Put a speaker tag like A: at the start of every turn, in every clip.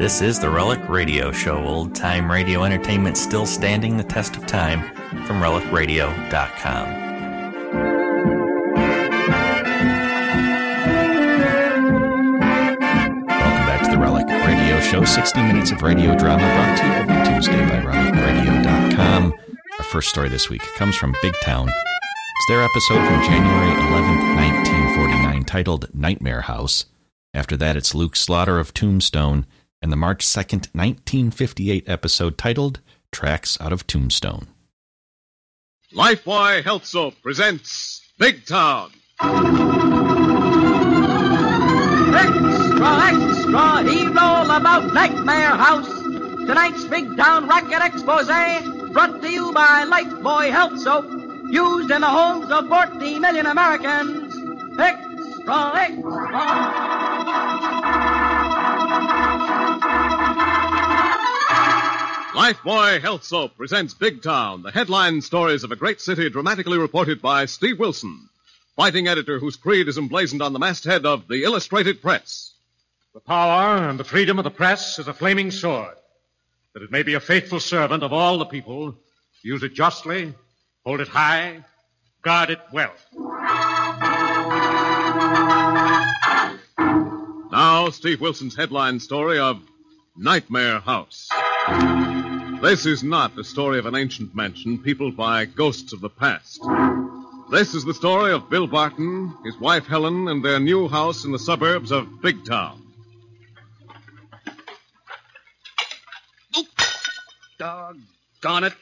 A: This is the Relic Radio Show, old time radio entertainment still standing the test of time from relicradio.com.
B: Welcome back to the Relic Radio Show. 60 minutes of radio drama brought to you every Tuesday by RelicRadio.com. Our first story this week comes from Big Town. It's their episode from January 11th, 1949, titled Nightmare House. After that, it's Luke Slaughter of Tombstone and the March 2nd, 1958 episode titled Tracks Out of Tombstone.
C: Lifebuoy Health Soap presents Big Town.
D: Extra, extra, heave all about Nightmare House. Tonight's Big Town Racket Expose, brought to you by Lifebuoy Health Soap, used in the homes of 40 million Americans. Extra, extra.
C: Lifebuoy Health Soap presents Big Town, the headline stories of a great city dramatically reported by Steve Wilson, fighting editor whose creed is emblazoned on the masthead of the Illustrated Press.
E: The power and the freedom of the press is a flaming sword. That it may be a faithful servant of all the people, use it justly, hold it high, guard it well.
C: Now, Steve Wilson's headline story of Nightmare House. This is not the story of an ancient mansion peopled by ghosts of the past. This is the story of Bill Barton, his wife Helen, and their new house in the suburbs of Big Town.
F: Doggone it.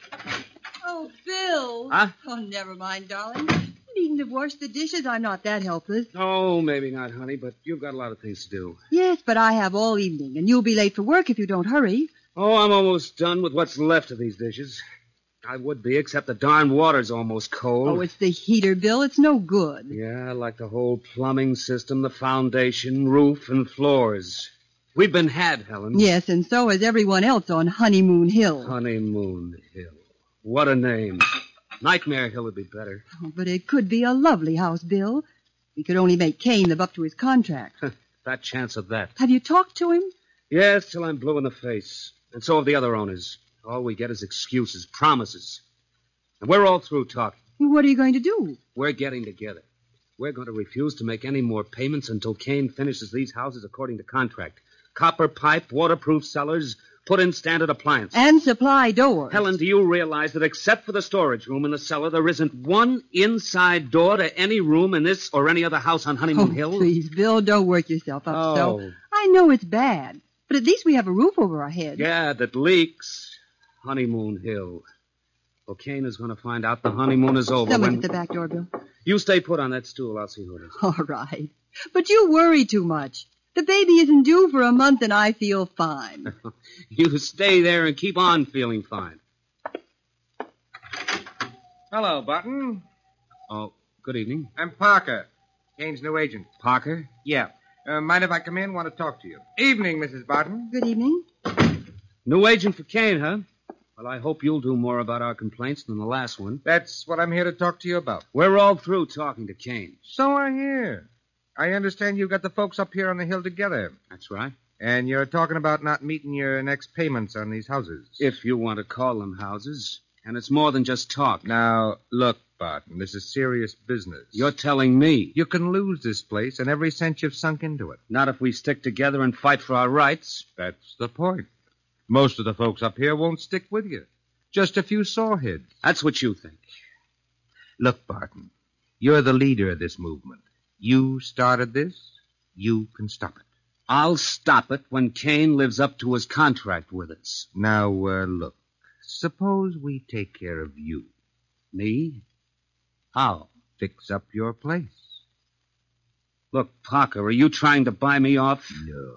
G: Oh, Bill.
F: Huh?
G: Oh, never mind, darling. You needn't have washed the dishes. I'm not that helpless.
F: Oh, maybe not, honey, but you've got a lot of things to do.
G: Yes, but I have all evening, and you'll be late for work if you don't hurry.
F: Oh, I'm almost done with what's left of these dishes. I would be, except the darn water's almost cold.
G: Oh, it's the heater, Bill. It's no good.
F: Yeah, like the whole plumbing system, the foundation, roof, and floors. We've been had, Helen.
G: Yes, and so is everyone else on Honeymoon Hill.
F: Honeymoon Hill. What a name. Nightmare Hill would be better.
G: Oh, but it could be a lovely house, Bill. We could only make Kane live up to his contract.
F: That chance of that.
G: have you talked to him?
F: Yes, till I'm blue in the face. And so have the other owners. All we get is excuses, promises. And we're all through talking.
G: What are you going to do?
F: We're getting together. We're going to refuse to make any more payments until Kane finishes these houses according to contract. Copper pipe, waterproof cellars, put in standard appliances.
G: And supply doors.
F: Helen, do you realize that except for the storage room and the cellar, there isn't one inside door to any room in this or any other house on Honeymoon
G: Oh,
F: Hill?
G: please, Bill, don't work yourself up
F: Oh.
G: so. I know it's bad, but at least we have a roof over our heads.
F: Yeah, that leaks. Honeymoon Hill. Well, Kane is going to find out the honeymoon is over.
G: Someone's
F: when-
G: at the back door, Bill.
F: You stay put on that stool. I'll see who it is.
G: All right. But you worry too much. The baby isn't due for a month, and I feel fine.
F: You stay there and keep on feeling fine.
H: Hello, Button.
F: Oh, good evening.
H: I'm Parker, Kane's new agent.
F: Parker?
H: Yeah. Uh, mind if I come in? Want to talk to you. Evening, Mrs. Barton.
G: Good evening.
F: New agent for Kane, huh? Well, I hope you'll do more about our complaints than the last one.
H: That's what I'm here to talk to you about.
F: We're all through talking to Kane.
H: So I hear. I understand you got the folks up here on the hill together,
F: That's right.
H: and you're talking about not meeting your next payments on these houses.
F: If you want to call them houses. And it's more than just talk.
H: Now, look, Barton, this is serious business.
F: You're telling me.
H: You can lose this place and every cent you've sunk into it.
F: Not if we stick together and fight for our rights.
H: That's the point. Most of the folks up here won't stick with you. Just a few sawheads.
F: That's what you think.
H: Look, Barton, you're the leader of this movement. You started this. You can stop it.
F: I'll stop it when Kane lives up to his contract with us.
H: Now, uh, look. Suppose we take care of you.
F: Me? How?
H: Fix up your place.
F: Look, Parker, are you trying to buy me off?
H: No.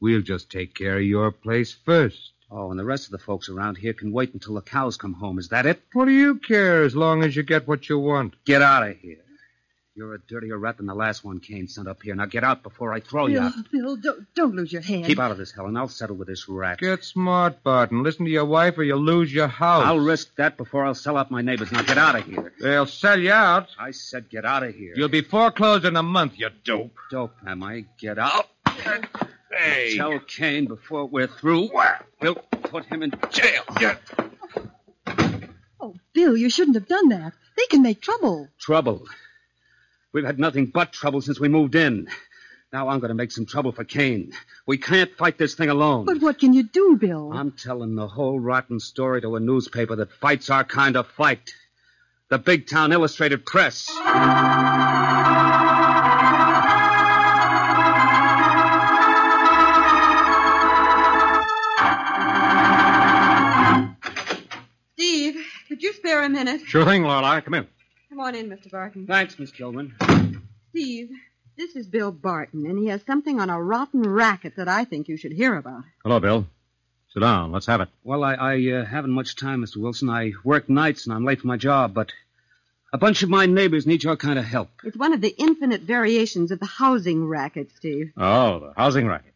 H: We'll just take care of your place first.
F: Oh, and the rest of the folks around here can wait until the cows come home. Is that it?
H: What do you care as long as you get what you want?
F: Get out of here. You're a dirtier rat than the last one Kane sent up here. Now get out before I throw you
G: Bill,
F: out.
G: Bill, don't, don't lose your head.
F: Keep out of this, Helen. I'll settle with this rat.
H: Get smart, Barton. Listen to your wife or you'll lose your house.
F: I'll risk that before I'll sell out my neighbors. Now get out of here.
H: They'll sell you out.
F: I said get out of here.
H: You'll be foreclosed in a month, you dope.
F: dope, am I? Get out. Hey. Tell Kane before we're through. We'll put him in jail.
G: Oh, Bill, you shouldn't have done that. They can make trouble.
F: Trouble. We've had nothing but trouble since we moved in. Now I'm going to make some trouble for Kane. We can't fight this thing alone.
G: But what can you do, Bill?
F: I'm telling the whole rotten story to a newspaper that fights our kind of fight. The Big Town Illustrated Press.
I: Steve, could you spare a minute?
E: Sure thing, Lorelei. Come in.
I: Come on in, Mr. Barton.
F: Thanks, Miss Kilman.
I: Steve, this is Bill Barton, and he has something on a rotten racket that I think you should hear about.
E: Hello, Bill. Sit down. Let's have it.
F: Well, I, I uh, haven't much time, Mr. Wilson. I work nights and I'm late for my job, but a bunch of my neighbors need your kind of help.
I: It's one of the infinite variations of the housing racket, Steve.
E: Oh, the housing racket.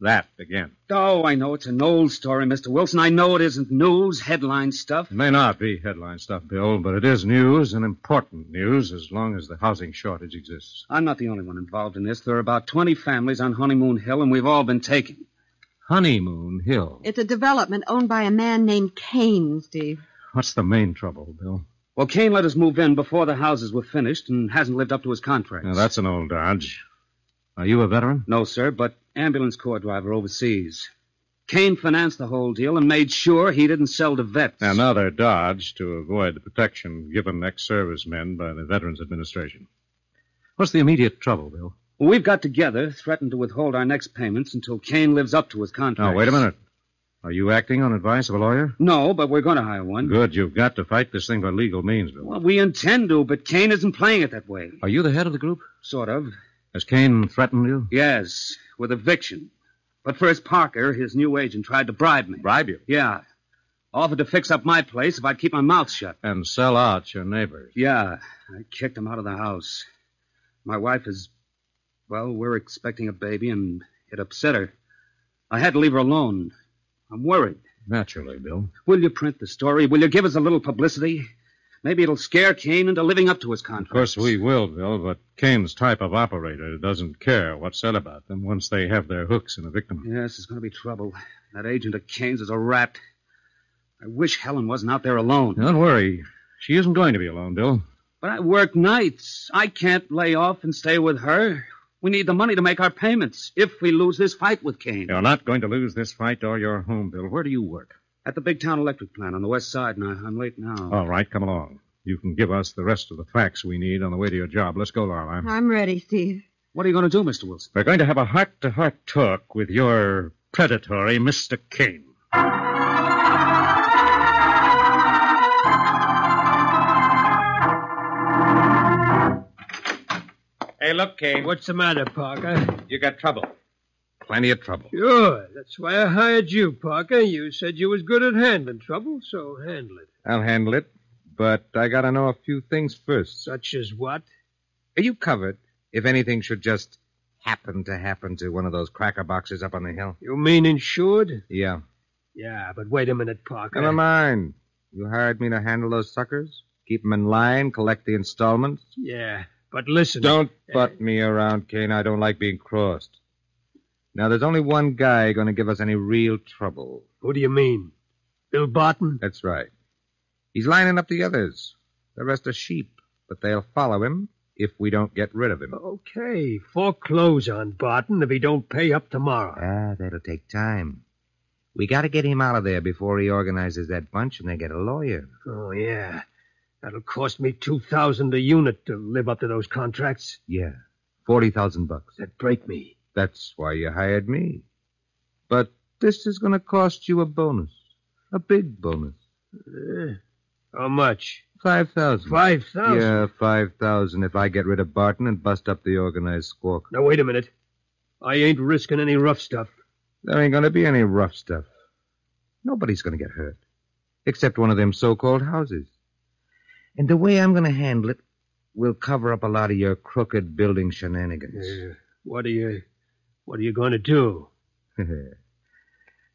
E: That again.
F: Oh, I know it's an old story, Mr. Wilson. I know it isn't news, headline stuff.
E: It may not be headline stuff, Bill, but it is news and important news as long as the housing shortage exists.
F: I'm not the only one involved in this. There are about 20 families on Honeymoon Hill, and we've all been taken.
E: Honeymoon Hill.
I: It's a development owned by a man named Kane, Steve.
E: What's the main trouble, Bill?
F: Well, Kane let us move in before the houses were finished and hasn't lived up to his contract.
E: Now, that's an old dodge. Are you a veteran?
F: No, sir, but ambulance corps driver overseas. Kane financed the whole deal and made sure he didn't sell to vets.
E: Another dodge to avoid the protection given ex servicemen by the Veterans Administration. What's the immediate trouble, Bill?
F: Well, We've got together, threatened to withhold our next payments until Kane lives up to his
E: Now,
F: contract.
E: wait a minute. Are you acting on advice of a lawyer?
F: No, but we're going to hire one.
E: Good. You've got to fight this thing by legal means, Bill.
F: Well, we intend to, but Kane isn't playing it that way.
E: Are you the head of the group?
F: Sort of.
E: Has Kane threatened you?
F: Yes, with eviction. But first, Parker, his new agent, tried to bribe me.
E: Bribe you?
F: Yeah. Offered to fix up my place if I'd keep my mouth shut.
E: And sell out your neighbors.
F: Yeah, I kicked him out of the house. My wife is. Well, we're expecting a baby, and it upset her. I had to leave her alone. I'm worried.
E: Naturally, Bill.
F: Will you print the story? Will you give us a little publicity? Maybe it'll scare Kane into living up to his contract.
E: Of course, we will, Bill, but Kane's type of operator doesn't care what's said about them once they have their hooks in a victim.
F: Yes, it's going to be trouble. That agent of Kane's is a rat. I wish Helen wasn't out there alone.
E: Don't worry. She isn't going to be alone, Bill.
F: But I work nights. I can't lay off and stay with her. We need the money to make our payments if we lose this fight with Kane.
E: You're not going to lose this fight or your home, Bill. Where do you work?
F: At the big town electric plant on the west side, and I, I'm late now.
E: All right, come along. You can give us the rest of the facts we need on the way to your job. Let's go, Lorelei.
I: I'm ready, Steve.
F: What are you going to do, Mr. Wilson?
E: We're going to have a heart to heart talk with your predatory Mr. Kane.
H: Hey, look, Kane.
J: What's the matter, Parker?
H: You got trouble. Plenty of trouble.
J: Sure. That's why I hired you, Parker. You said you was good at handling trouble, so handle it.
H: I'll handle it, but I gotta know a few things first.
J: Such as what?
H: Are you covered if anything should just happen to happen to one of those cracker boxes up on the hill?
J: You mean insured?
H: Yeah.
J: Yeah, but wait a minute, Parker.
H: Never mind. You hired me to handle those suckers, keep 'em in line, collect the installments.
J: Yeah, but listen. Uh,
H: Don't butt me around, Kane. I don't like being crossed. Now, there's only one guy going to give us any real trouble.
J: Who do you mean? Bill Barton?
H: That's right. He's lining up the others. The rest are sheep, but they'll follow him if we don't get rid of him.
J: Okay, foreclose on Barton if he don't pay up tomorrow.
H: Ah, that'll take time. We got to get him out of there before he organizes that bunch and they get a lawyer.
J: Oh, yeah. That'll cost me 2000 a unit to live up to those contracts.
H: Yeah, forty thousand bucks.
J: That break me.
H: That's why you hired me. But this is going to cost you a bonus, a big bonus,
J: Uh, how much?
H: five thousand.
J: 5000
H: Yeah, five thousand if I get rid of Barton and bust up the organized squawk.
J: Now, wait a minute. I ain't risking any rough stuff.
H: There ain't going to be any rough stuff. Nobody's going to get hurt, except one of them so-called houses. And the way I'm going to handle it, We'll cover up a lot of your crooked building shenanigans.
J: Uh, what are you what are you going to do?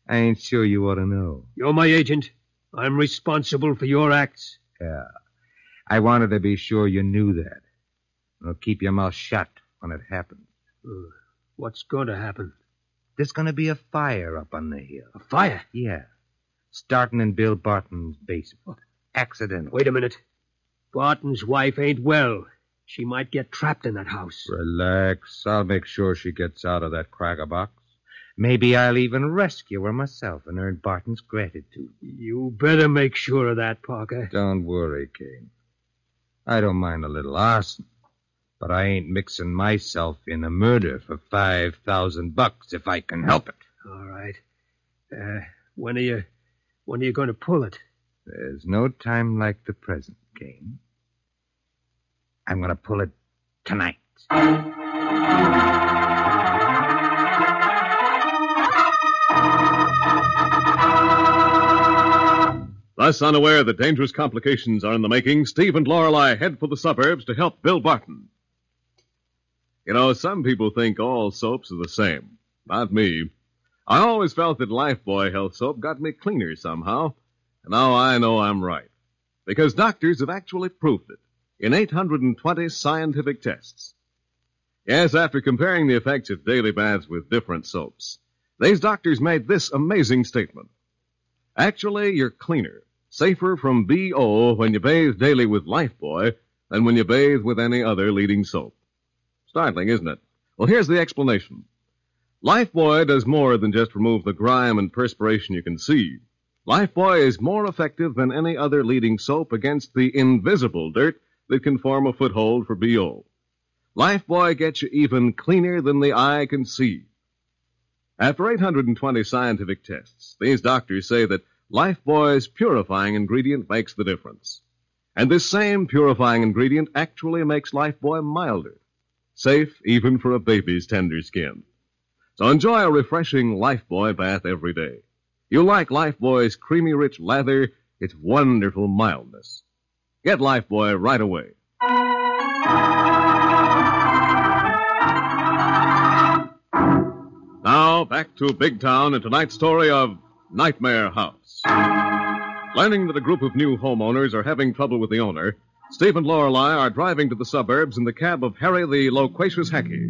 H: I ain't sure you ought to know.
J: You're my agent. I'm responsible for your acts.
H: Yeah. I wanted to be sure you knew that. Now keep your mouth shut when it happens.
J: Uh, what's going to happen?
H: There's going to be a fire up on the hill.
J: A fire?
H: Yeah. Starting in Bill Barton's basement. Accidental.
J: Wait a minute. Barton's wife ain't well. She might get trapped in that house.
H: Relax. I'll make sure she gets out of that cracker box. Maybe I'll even rescue her myself and earn Barton's gratitude.
J: You better make sure of that, Parker.
H: Don't worry, Kane. I don't mind a little arson, but I ain't mixing myself in a murder for five thousand bucks if I can help it.
J: All right. Uh, when are you when are you going to pull it?
H: There's no time like the present, Kane. I'm going to pull it tonight.
C: Thus unaware that dangerous complications are in the making, Steve and Lorelei head for the suburbs to help Bill Barton. You know, some people think all soaps are the same. Not me. I always felt that Lifebuoy Health Soap got me cleaner somehow, and now I know I'm right. Because doctors have actually proved it in 820 scientific tests. Yes, after comparing the effects of daily baths with different soaps, these doctors made this amazing statement. Actually, you're cleaner, safer from BO when you bathe daily with Lifebuoy than when you bathe with any other leading soap. Startling, isn't it? Well, here's the explanation. Lifebuoy does more than just remove the grime and perspiration you can see. Lifebuoy is more effective than any other leading soap against the invisible dirt that can form a foothold for BO. Lifebuoy gets you even cleaner than the eye can see. After 820 scientific tests, these doctors say that Lifebuoy's purifying ingredient makes the difference. And this same purifying ingredient actually makes Lifebuoy milder, safe even for a baby's tender skin. So enjoy a refreshing Lifebuoy bath every day. You like Lifebuoy's creamy rich lather, its wonderful mildness. Get Lifebuoy right away. Now, back to Big Town and tonight's story of Nightmare House. Learning that a group of new homeowners are having trouble with the owner, Steve and Lorelei are driving to the suburbs in the cab of Harry the loquacious hacky.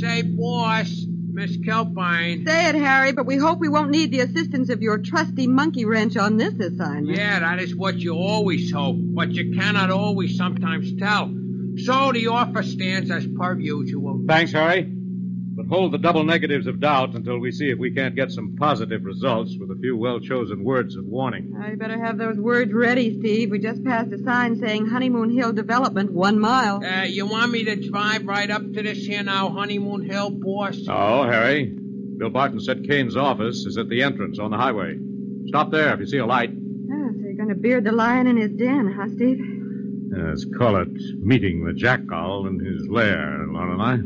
K: Say, boss, Miss Kelpine.
I: Say it, Harry, but we hope we won't need the assistance of your trusty monkey wrench on this assignment.
K: Yeah, that is what you always hope, but you cannot always sometimes tell. So the offer stands as per usual.
E: Thanks, Harry. But hold the double negatives of doubt until we see if we can't get some positive results with a few well chosen words of warning.
I: Now, you better have those words ready, Steve. We just passed a sign saying Honeymoon Hill Development, one mile.
K: Uh, you want me to drive right up to this here now, Honeymoon Hill, boss?
E: Oh, Harry. Bill Barton said Kane's office is at the entrance on the highway. Stop there if you see a light.
I: Ah, so you're going to beard the lion in his den, huh, Steve?
E: Let's call it meeting the jackal in his lair, Lorelei.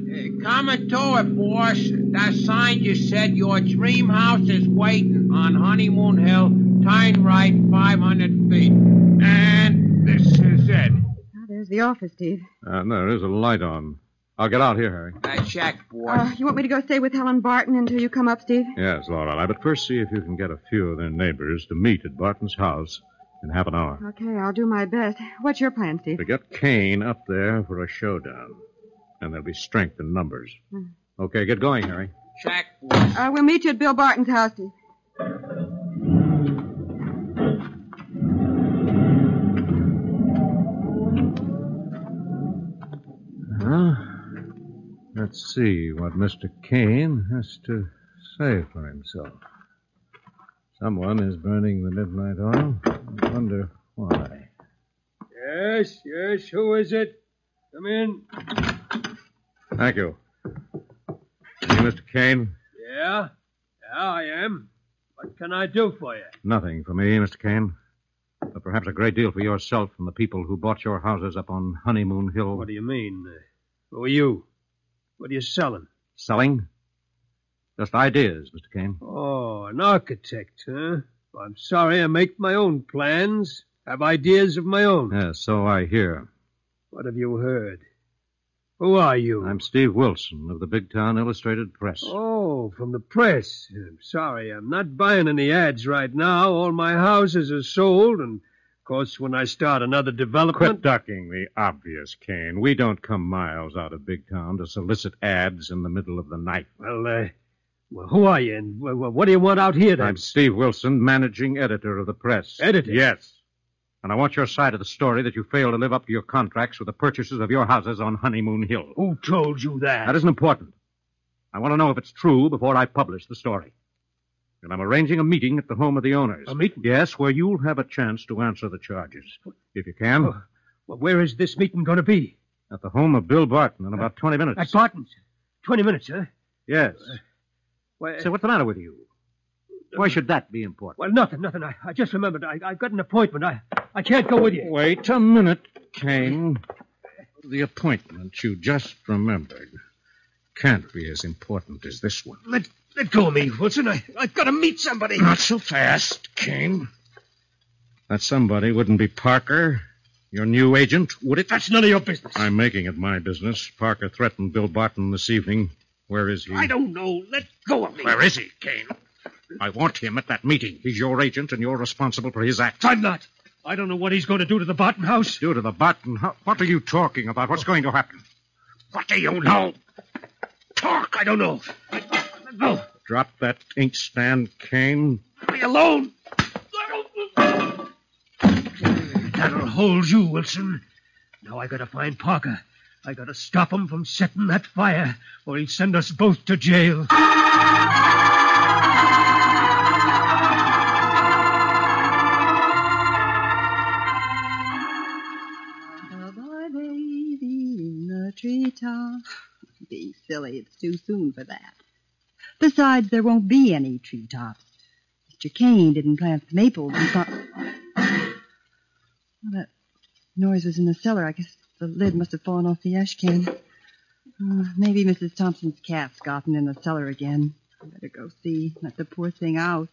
K: Comment to it, boss. That sign you said your dream house is waiting on Honeymoon Hill, turn right 500 feet. And this is it.
I: Now, Ah, there's the office, Steve.
E: Uh, no, there is a light on. I'll get out here, Harry.
K: Uh, check, boss.
I: Uh, you want me to go stay with Helen Barton until you come up, Steve?
E: Yes, Lorelei, but first see if you can get a few of their neighbors to meet at Barton's house in half an hour.
I: Okay, I'll do my best. What's your plan, Steve?
E: To get Kane up there for a showdown. And there'll be strength in numbers. Okay, get going, Harry.
K: Check, boss.
I: Uh, we'll meet you at Bill Barton's house, Steve.
E: Well, let's see what Mr. Kane has to say for himself. Someone is burning the midnight oil. I wonder why.
J: Yes, yes, who is it? Come in.
E: Thank you. You, Mr. Kane?
J: Yeah? Yeah, I am. What can I do for you?
E: Nothing for me, Mr. Kane. But perhaps a great deal for yourself from the people who bought your houses up on Honeymoon Hill.
J: What do you mean? uh, Who are you? What are you selling?
E: Selling? Just ideas, Mr. Kane.
J: Oh, an architect, huh? I'm sorry I make my own plans. Have ideas of my own.
E: Yes, so I hear.
J: What have you heard? Who are you?
E: I'm Steve Wilson of the Big Town Illustrated Press.
J: Oh, from the press. I'm sorry, I'm not buying any ads right now. All my houses are sold, and of course, when I start another development.
E: Quit ducking the obvious, Kane. We don't come miles out of Big Town to solicit ads in the middle of the night.
J: Well, uh, well who are you, and wh- wh- what do you want out here, then?
E: I'm Steve Wilson, managing editor of the press.
J: Editor?
E: Yes. And I want your side of the story that you failed to live up to your contracts with the purchasers of your houses on Honeymoon Hill.
J: Who told you that?
E: That isn't important. I want to know if it's true before I publish the story. And I'm arranging a meeting at the home of the owners.
J: A meeting?
E: Yes, where you'll have a chance to answer the charges. If you can.
J: Oh, well, where is this meeting going to be?
E: At the home of Bill Barton in about 20 minutes.
J: At Barton's? 20 minutes, huh?
E: Yes.
J: Uh, well,
E: so what's the matter with you? Why should that be important?
J: Well, nothing, nothing. I, I just remembered. I, I've got an appointment. I, I can't go with you.
E: Wait a minute, Kane. The appointment you just remembered can't be as important as this one.
J: Let, let go of me, Wilson. I, I've got to meet somebody.
E: Not so fast, Kane. That somebody wouldn't be Parker, your new agent, would it?
J: That's none of your business.
E: I'm making it my business. Parker threatened Bill Barton this evening. Where is he?
J: I don't know. Let go of me.
E: Where is he, Kane? I want him at that meeting. He's your agent, and you're responsible for his acts.
J: I'm not. I don't know what he's going to do to the Barton house.
E: Do to the Barton house? What are you talking about? What's going to happen?
J: What do you know? Talk. I don't know. I, let go.
E: Drop that inkstand, Kane.
J: Be alone. That'll hold you, Wilson. Now I gotta find Parker. I gotta stop him from setting that fire, or he'll send us both to jail.
I: Bye-bye, baby in the treetop. Being silly, it's too soon for that. Besides, there won't be any treetops. Mr. Kane didn't plant the maples and thought. Well, that noise was in the cellar. I guess the lid must have fallen off the ash can. Uh, maybe Mrs. Thompson's cat's gotten in the cellar again. I better go see, let the poor thing out.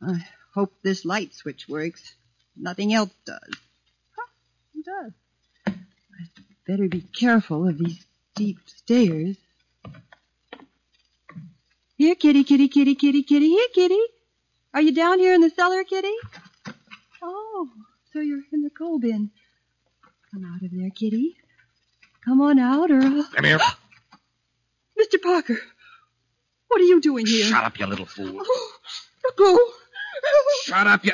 I: I hope this light switch works. Nothing else does. It does. I'd better be careful of these steep stairs. Here, kitty, kitty, kitty, kitty, kitty. Here, kitty. Are you down here in the cellar, kitty? Oh, so you're in the coal bin. Come out of there, kitty. Come on out, or I'll...
B: Come here.
I: Mr. Parker, what are you doing here?
B: Shut up, you little fool.
I: Oh, let go.
B: Shut up, you.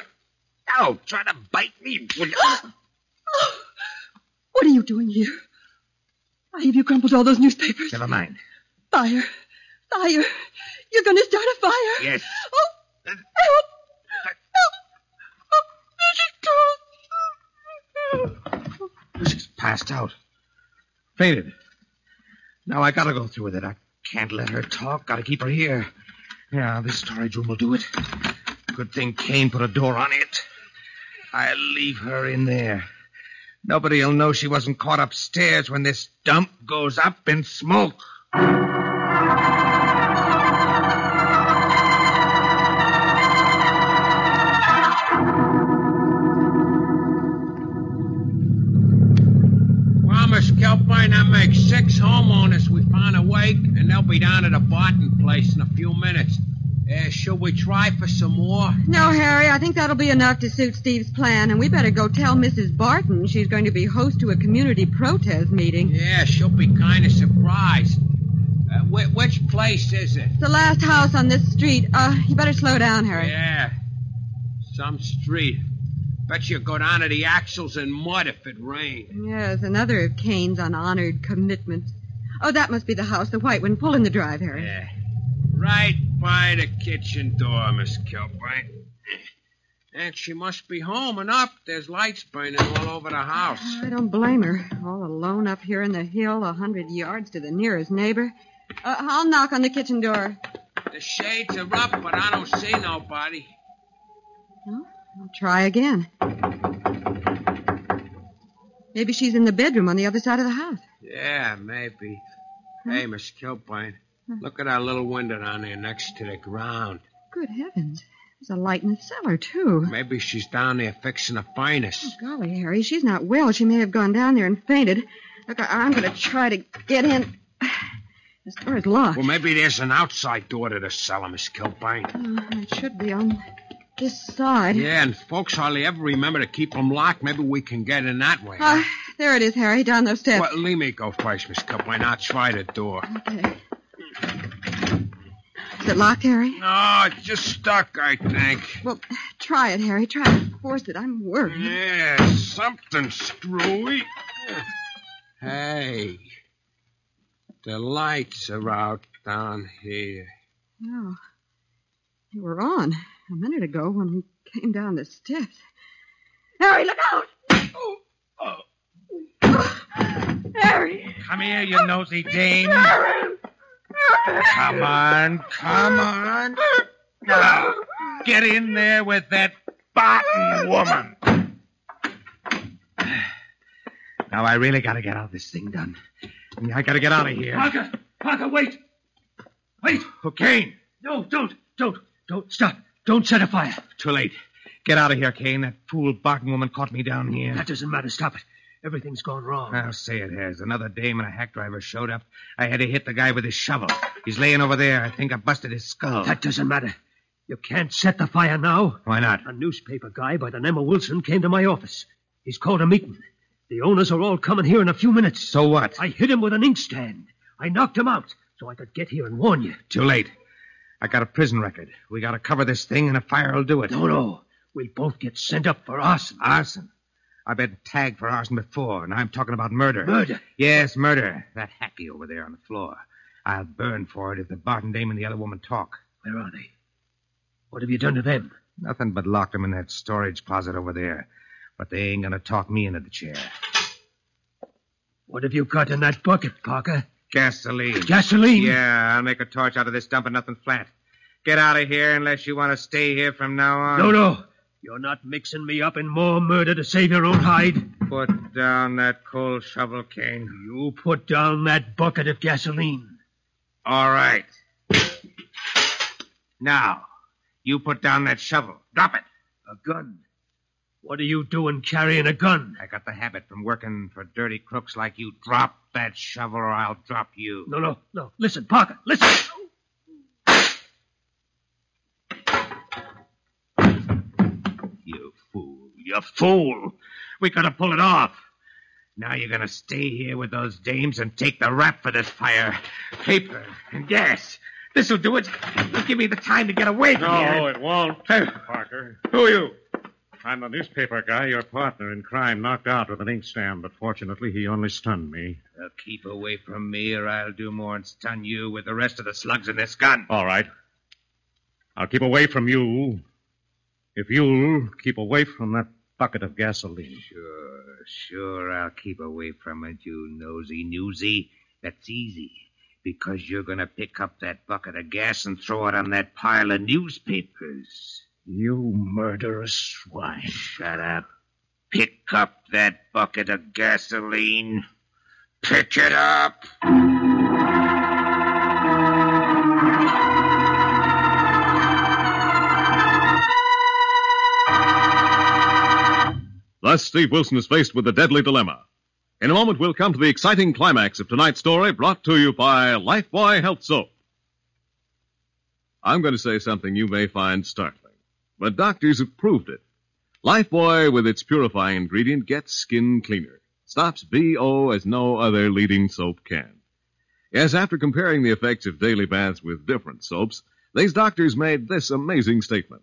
B: Oh, try to bite me, will you?
I: What are you doing here? Why have you crumpled all those newspapers?
B: Never mind.
I: Fire. Fire. You're going to start a fire.
B: Yes.
I: Oh, help. Help. Oh, Mrs. Thompson.
B: She's passed out. Fainted. Now I gotta go through with it. I can't let her talk. Gotta keep her here. Yeah, this storage room will do it. Good thing Kane put a door on it. I'll leave her in there. Nobody'll know she wasn't caught upstairs when this dump goes up in smoke.
K: Promise, Kelpine, I make six homeowners we found awake, and they'll be down at the Barton place in a few minutes. Uh, should we try for some more?
I: No, Harry, I think that'll be enough to suit Steve's plan, and we better go tell Mrs. Barton she's going to be host to a community protest meeting.
K: Yeah, she'll be kind of surprised. Uh, whi- which place is it?
I: It's the last house on this street. Uh, you better slow down, Harry.
K: Yeah, some street. Bet you go down to the axles in mud if it rains.
I: Yes, another of Kane's unhonored commitments. Oh, that must be the house, the white one. Pull in the drive, Harry.
K: Yeah. Right by the kitchen door, Miss Kilbride. And she must be home and up. There's lights burning all over the house.
I: I don't blame her. All alone up here in the hill, a hundred yards to the nearest neighbor. Uh, I'll knock on the kitchen door.
K: The shades are up, but I don't see nobody.
I: I'll try again. Maybe she's in the bedroom on the other side of the house.
K: Yeah, maybe. Hey, Miss Kilpine, look at our little window down there next to the ground.
I: Good heavens. There's a light in the cellar, too.
K: Maybe she's down there fixing a furnace.
I: Golly, Harry, she's not well. She may have gone down there and fainted. Look, I- I'm going to try to get in. This door is locked.
K: Well, maybe there's an outside door to the cellar, Miss Kilbane.
I: Uh, it should be on this side.
K: Yeah, and folks hardly ever remember to keep 'em locked. Maybe we can get in that way.
I: Ah, there it is, Harry, down those steps.
K: Well, let me go first, Miss Kilbane. I'll try the door.
I: Okay. Is it locked, Harry?
K: No, it's just stuck, I think.
I: Well, try it, Harry. Try to force it. I'm worried.
K: Yeah, something screwy. Hey, the lights are out down here.
I: No. They Oh. were on a minute ago when we came down the steps. Harry, look out! Harry!
K: Come here, you nosy dame.
L: Come on, come on. Now, get in there with that Barton woman.
H: Now I really gotta get all this thing done. I gotta get out of here.
J: Parker, Parker, wait. Wait.
H: Okay.
J: No, don't, don't, don't stop. Don't set a fire.
H: Too late. Get out of here, Kane. That fool Barton woman caught me down here.
J: That doesn't matter. Stop it. Everything's gone wrong.
H: I'll say it has. Another dame and a hack driver showed up. I had to hit the guy with his shovel. He's laying over there. I think I busted his skull.
J: That doesn't matter. You can't set the fire now.
H: Why not?
J: A newspaper guy by the name of Wilson came to my office. He's called a meeting. The owners are all coming here in a few minutes.
H: So what?
J: I hit him with an inkstand. I knocked him out so I could get here and warn you.
H: Too late. I got a prison record. We gotta cover this thing, and a fire'll do it.
J: No, no. We'll both get sent up for arson.
H: Arson? I've been tagged for arson before, and I'm talking about murder.
J: Murder?
H: Yes, murder. That hacky over there on the floor. I'll burn for it if the Barton dame and the other woman talk.
J: Where are they? What have you done to them?
H: Nothing but locked them in that storage closet over there. But they ain't gonna talk me into the chair.
J: What have you got in that bucket, Parker?
H: Gasoline.
J: Gasoline?
H: Yeah, I'll make a torch out of this dump of nothing flat. Get out of here unless you want to stay here from now uh, on.
J: No, no. You're not mixing me up in more murder to save your own hide.
H: Put down that coal shovel, Kane.
J: You put down that bucket of gasoline.
H: All right. Now, you put down that shovel. Drop it.
J: A gun. What are you doing carrying a gun?
H: I got the habit from working for dirty crooks like you. Drop that shovel or I'll drop you.
J: No, no, no. Listen, Parker, listen.
H: You fool. You fool. We gotta pull it off. Now you're gonna stay here with those dames and take the rap for this fire. Paper and gas. This'll do it. It'll give me the time to get away from here.
E: No, it won't, Parker.
H: Who are you?
E: I'm the newspaper guy, your partner in crime, knocked out with an inkstand, but fortunately he only stunned me.
H: Well, keep away from me, or I'll do more and stun you with the rest of the slugs in this gun.
E: All right. I'll keep away from you if you'll keep away from that bucket of gasoline.
H: Sure, sure, I'll keep away from it, you nosy newsy. That's easy, because you're going to pick up that bucket of gas and throw it on that pile of newspapers.
E: You murderous swine.
H: Shut up. Pick up that bucket of gasoline. Pick it up.
C: Thus, Steve Wilson is faced with a deadly dilemma. In a moment, we'll come to the exciting climax of tonight's story brought to you by Lifebuoy Health Soap. I'm going to say something you may find startling, but doctors have proved it. Lifebuoy, with its purifying ingredient, gets skin cleaner, stops BO as no other leading soap can. Yes, after comparing the effects of daily baths with different soaps, these doctors made this amazing statement.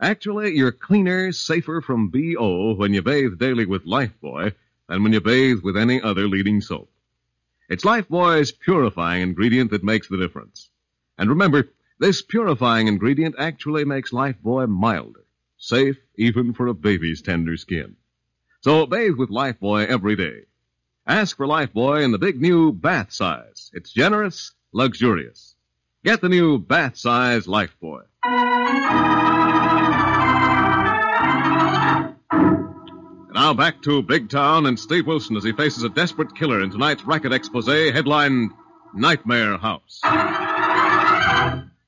C: Actually, you're cleaner, safer from BO when you bathe daily with Lifebuoy than when you bathe with any other leading soap. It's Lifebuoy's purifying ingredient that makes the difference. And remember, this purifying ingredient actually makes Lifebuoy milder, safe even for a baby's tender skin. So bathe with Lifebuoy every day. Ask for Lifebuoy in the big new bath size. It's generous, luxurious. Get the new bath size Lifebuoy. Now back to Big Town and Steve Wilson as he faces a desperate killer in tonight's racket expose headlined Nightmare House.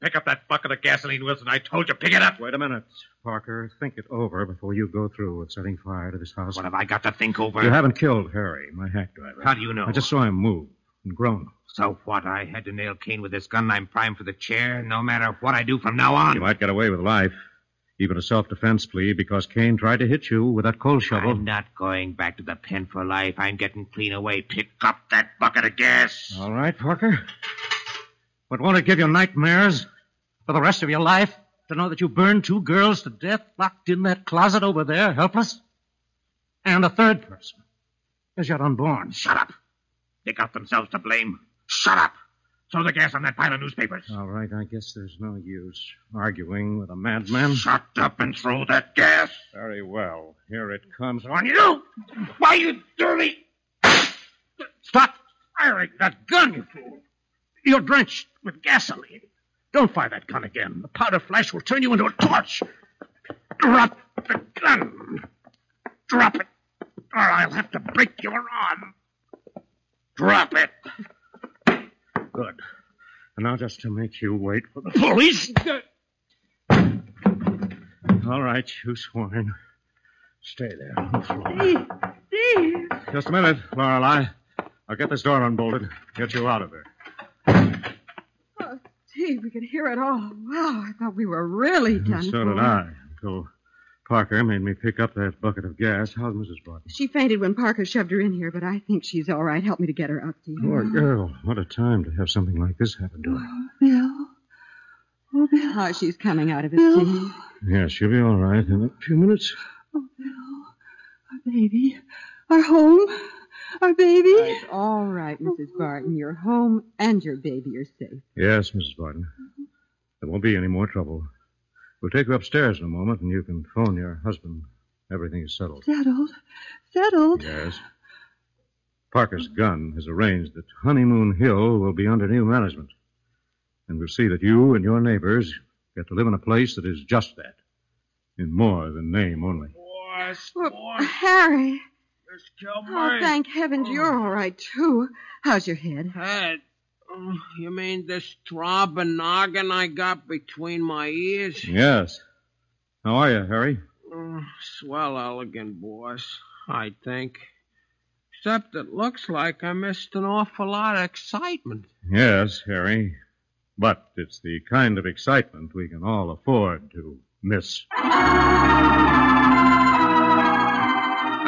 H: Pick up that bucket of gasoline, Wilson. I told you, pick it up.
E: Wait a minute, Parker. Think it over before you go through with setting fire to this house.
H: What have I got to think over?
E: You haven't killed Harry, my hack driver.
H: How do you know?
E: I just saw him move and groan.
H: So what? I had to nail Kane with this gun. I'm primed for the chair, no matter what I do from now on.
E: You might get away with life, even a self-defense plea, because Kane tried to hit you with that coal shovel.
H: I'm not going back to the pen for life. I'm getting clean away. Pick up that bucket of gas.
E: All right, Parker. But won't it give you nightmares for the rest of your life to know that you burned two girls to death locked in that closet over there, helpless? And a third person is yet unborn.
H: Shut up. They got themselves to blame. Shut up. Throw the gas on that pile of newspapers.
E: All right, I guess there's no use arguing with a madman.
H: Shut up and throw that gas.
E: Very well. Here it comes
H: On you! Why, you dirty. Stop firing that gun, you fool. You're drenched with gasoline. Don't fire that gun again. The powder flash will turn you into a torch. Drop the gun. Drop it, or I'll have to break your arm. Drop it.
E: Good. And now just to make you wait for the
H: Police!
E: All right, you swine. Stay there on the floor.
I: Steve! Steve!
E: Just a minute, Lorelei. I'll get this door unbolted. Get you out of there.
I: Oh, Steve, we could hear it all. Wow, I thought we were really done.
E: Mm-hmm. so did
I: for.
E: I. Until Parker made me pick up that bucket of gas. How's Mrs. Barton?
I: She fainted when Parker shoved her in here, but I think she's all right. Help me to get her out, Steve.
E: Poor girl. What a time to have something like this happen to her.
I: Bill. Oh, Bill. Oh, she's coming out of it, Steve.
E: Yeah, she'll be all right in a few minutes.
I: Oh, Our baby. Our home. Our baby. It's all right, Mrs. Barton. Your home and your baby are safe.
E: Yes, Mrs. Barton. There won't be any more trouble. We'll take you upstairs in a moment, and you can phone your husband. Everything is settled.
I: Settled. Settled.
E: Yes. Parker's gun has arranged that Honeymoon Hill will be under new management. And we'll see that you and your neighbors get to live in a place that is just that. In more than name only.
I: Well, Harry. Oh,
K: me.
I: thank heavens you're all right, too. How's your head?
K: Head. Oh, You mean this throbbing noggin I got between my ears?
E: Yes. How are you, Harry?
K: Oh, swell elegant, boss, I think. Except it looks like I missed an awful lot of excitement.
E: Yes, Harry. But it's the kind of excitement we can all afford to miss.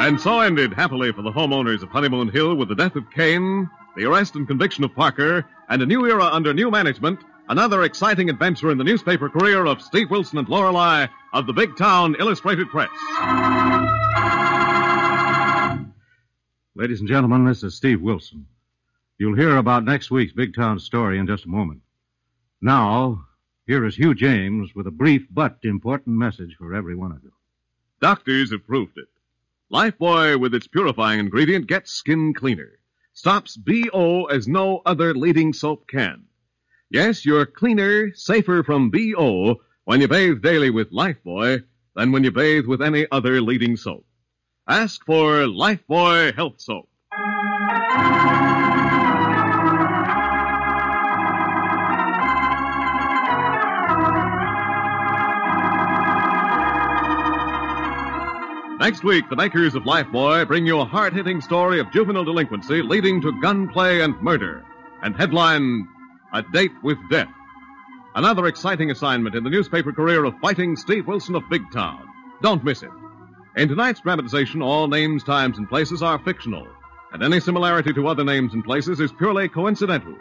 C: And so ended happily for the homeowners of Honeymoon Hill with the death of Kane, the arrest and conviction of Parker, and a new era under new management, another exciting adventure in the newspaper career of Steve Wilson and Lorelei of the Big Town Illustrated Press.
E: Ladies and gentlemen, this is Steve Wilson. You'll hear about next week's big town story in just a moment. Now, here is Hugh James with a brief but important message for every one of you.
C: Doctors have proved it. Lifebuoy, with its purifying ingredient, gets skin cleaner. Stops BO as no other leading soap can. Yes, you're cleaner, safer from BO when you bathe daily with Lifebuoy than when you bathe with any other leading soap. Ask for Lifebuoy Health Soap. Next week, the makers of Lifebuoy bring you a hard hitting story of juvenile delinquency leading to gunplay and murder, and headline A Date with Death. Another exciting assignment in the newspaper career of fighting Steve Wilson of Big Town. Don't miss it. In tonight's dramatization, all names, times, and places are fictional, and any similarity to other names and places is purely coincidental.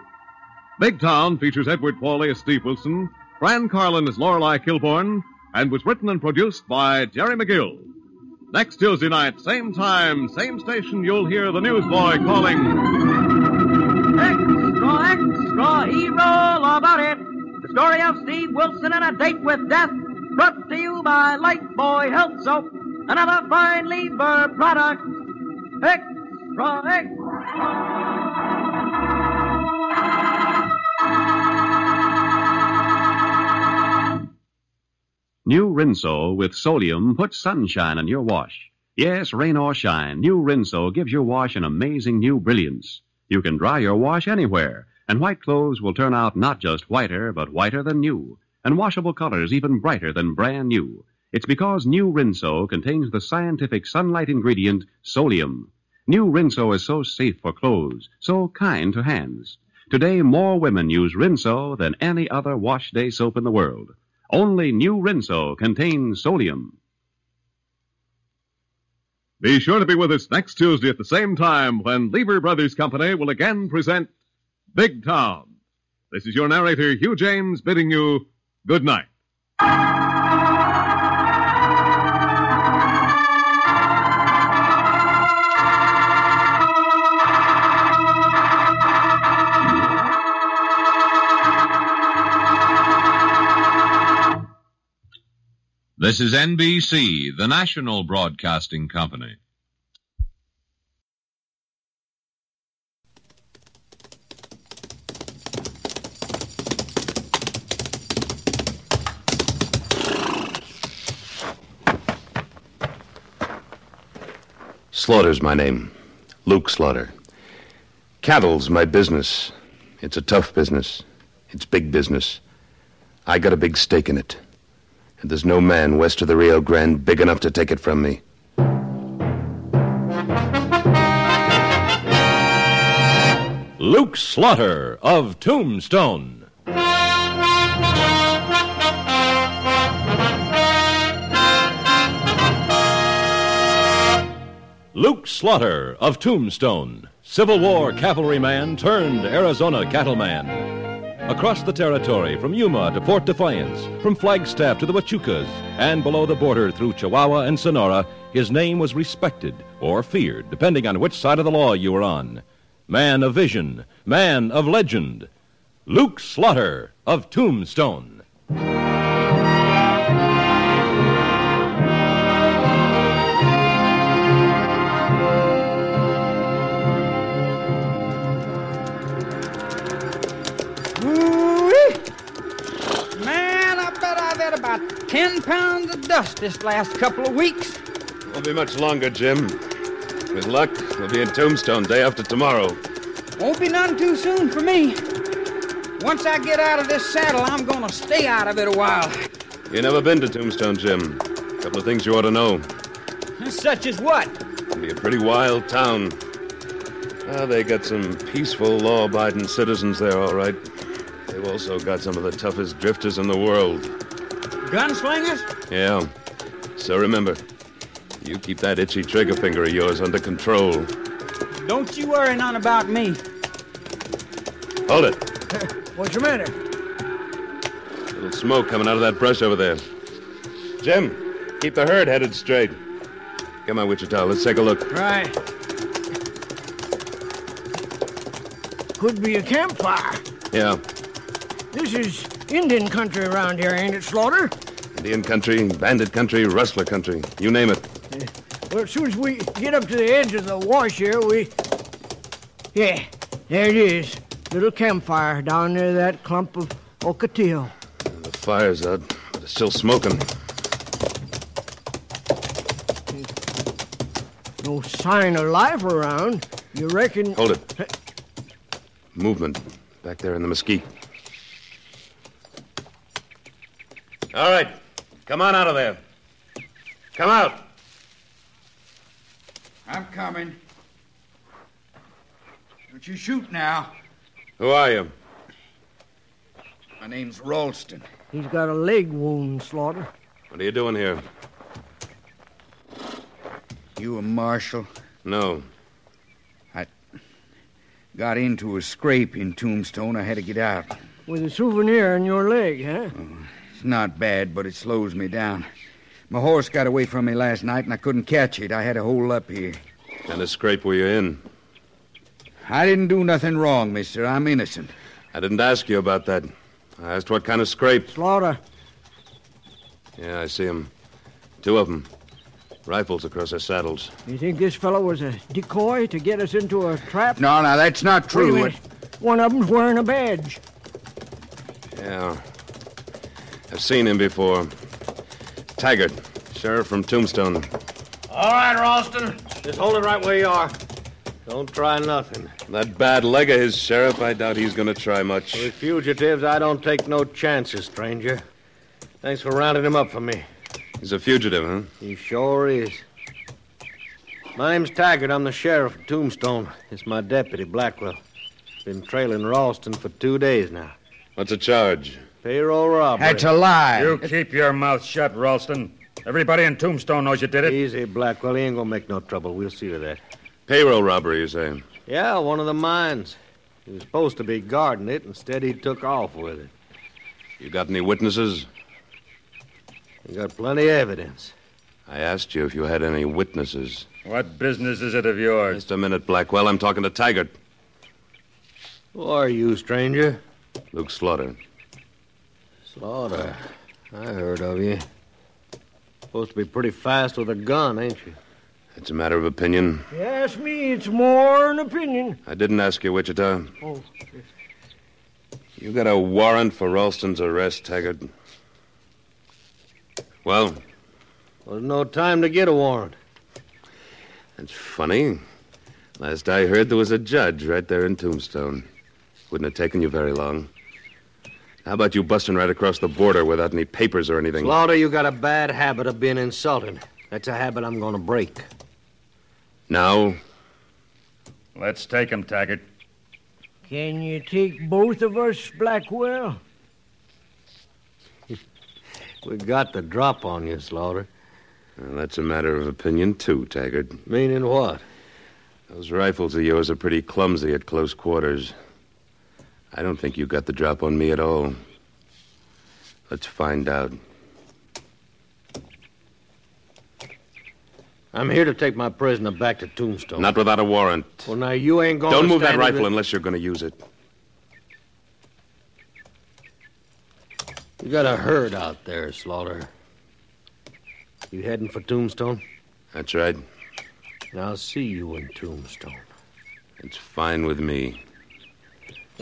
C: Big Town features Edward Pawley as Steve Wilson, Fran Carlin as Lorelei Kilbourne, and was written and produced by Jerry McGill. Next Tuesday night, same time, same station, you'll hear the newsboy calling.
D: Extra, extra, hear all about it. The story of Steve Wilson and a date with death. Brought to you by Lifebuoy Health Soap, another fine lever product. Extra, extra.
M: New Rinso with sodium puts sunshine on your wash. Yes, rain or shine, New Rinso gives your wash an amazing new brilliance. You can dry your wash anywhere, And white clothes will turn out not just whiter, but whiter than new, and washable colors even brighter than brand new. It's because new Rinso contains the scientific sunlight ingredient, solium. New Rinso is so safe for clothes, so kind to hands. Today, more women use Rinso than any other wash day soap in the world. Only new Rinso contains solium.
C: Be sure to be with us next Tuesday at the same time when Lever Brothers Company will again present Big Town. This is your narrator, Hugh James, bidding you good night.
N: This is NBC, the national broadcasting company.
O: Slaughter's my name. Luke Slaughter. Cattle's my business. It's a tough business. It's big business. I got a big stake in it. And there's no man west of the Rio Grande big enough to take it from me.
P: Luke Slaughter of Tombstone. Luke Slaughter of Tombstone, Civil War cavalryman turned Arizona cattleman. Across the territory from Yuma to Fort Defiance, from Flagstaff to the Huachucas, and below the border through Chihuahua and Sonora, his name was respected or feared, depending on which side of the law you were on. Man of vision, man of legend, Luke Slaughter of Tombstone.
Q: Ooh-wee. Man, I bet I've had about 10 pounds of dust this last couple of weeks.
R: Won't be much longer, Jim. With luck, we'll be in Tombstone day after tomorrow.
Q: Won't be none too soon for me. Once I get out of this saddle, I'm going to stay out of it a while.
R: You never been to Tombstone, Jim. Couple of things you ought to know.
Q: Such as what?
R: It'll be a pretty wild town. Ah, they got some peaceful, law-abiding citizens there, all right. They've also got some of the toughest drifters in the world.
Q: Gunslingers?
R: Yeah. So remember, you keep that itchy trigger finger of yours under control.
Q: Don't you worry none about me.
R: Hold it.
Q: What's the matter?
R: Little smoke coming out of that brush over there. Jim, keep the herd headed straight. Come on, Wichita. Let's take a look.
Q: Right.
S: Could be a campfire.
R: Yeah.
S: This is Indian country around here, ain't it, Slaughter?
R: Indian country, bandit country, rustler country. You name it.
S: Well, as soon as we get up to the edge of the wash here, we. Yeah, there it is. Little campfire down near that clump of ocotillo.
R: The fire's out, but it's still smoking.
S: No sign of life around. You reckon.
R: Hold it. Movement back there in the mesquite. All right. Come on out of there. Come out.
T: I'm coming. Don't you shoot now.
R: Who are you?
T: My name's Ralston.
S: He's got a leg wound, Slaughter.
R: What are you doing here?
T: You a marshal?
R: No.
T: I got into a scrape in Tombstone. I had to get out. Oh,
S: With a souvenir in your leg, huh?
T: It's not bad, but it slows me down. My horse got away from me last night, and I couldn't catch it. I had to hole up here.
R: Kind of scrape were you in?
T: I didn't do nothing wrong, mister. I'm innocent.
R: I didn't ask you about that. I asked what kind of scrape.
S: Slaughter.
R: Yeah, I see 'em. Two of 'em. Rifles across their saddles.
S: You think this fellow was a decoy to get us into a trap?
T: No, no, that's not
S: Wait a
T: true.
S: minute. One of them's wearing a badge.
R: Yeah. I've seen him before. Taggart, sheriff from Tombstone.
U: All right, Ralston. Just hold it right where you are.
A: Don't try nothing.
R: That bad leg of his, Sheriff, I doubt he's going to try much.
A: With fugitives, I don't take no chances, stranger. Thanks for rounding him up for me.
R: He's a fugitive, huh?
A: He sure is. My name's Taggart. I'm the sheriff of Tombstone. It's my deputy, Blackwell. Been trailing Ralston for two days now.
R: What's the charge?
A: Payroll robbery.
U: That's a lie.
A: You
U: keep your mouth shut, Ralston. Everybody in Tombstone knows you did it.
A: Easy, Blackwell. He ain't gonna make no trouble. We'll see to that.
R: Payroll robbery, you say?
A: Yeah, one of the mines. He was supposed to be guarding it. Instead, he took off with it.
R: You got any witnesses?
A: We got plenty of evidence.
R: I asked you if you had any witnesses.
U: What business is it of yours?
R: Just a minute, Blackwell. I'm talking to Taggart.
A: Who are you, stranger?
R: Luke Slaughter.
A: Slaughter. I heard of you. Supposed to be pretty fast with a gun, ain't you?
R: It's a matter of opinion.
S: You ask me, it's more an opinion.
R: I didn't ask you, Wichita.
S: Oh,
R: You got a warrant for Ralston's arrest, Taggart. Well,
A: There's no time to get a warrant.
R: that's funny. Last I heard, there was a judge right there in Tombstone. Wouldn't have taken you very long. How about you busting right across the border without any papers or anything?
A: Slaughter, you got a bad habit of being insulting. That's a habit I'm gonna break.
R: Now,
U: Let's take him, Taggart.
S: Can you take both of us, Blackwell?
A: We got the drop on you, Slaughter.
R: well, that's a matter of opinion, too, Taggart.
A: Meaning what?
R: Those rifles of yours are pretty clumsy at close quarters. I don't think you got the drop on me at all. Let's find out.
A: I'm here to take my prisoner back to Tombstone.
R: Not without a warrant.
A: Well, now you ain't gonna.
R: Don't move that
A: stand in
R: rifle
A: the-
R: unless you're going to use it.
A: You got a herd out there, Slaughter. You heading for Tombstone?
R: That's right.
A: I'll see you in Tombstone.
R: It's fine with me.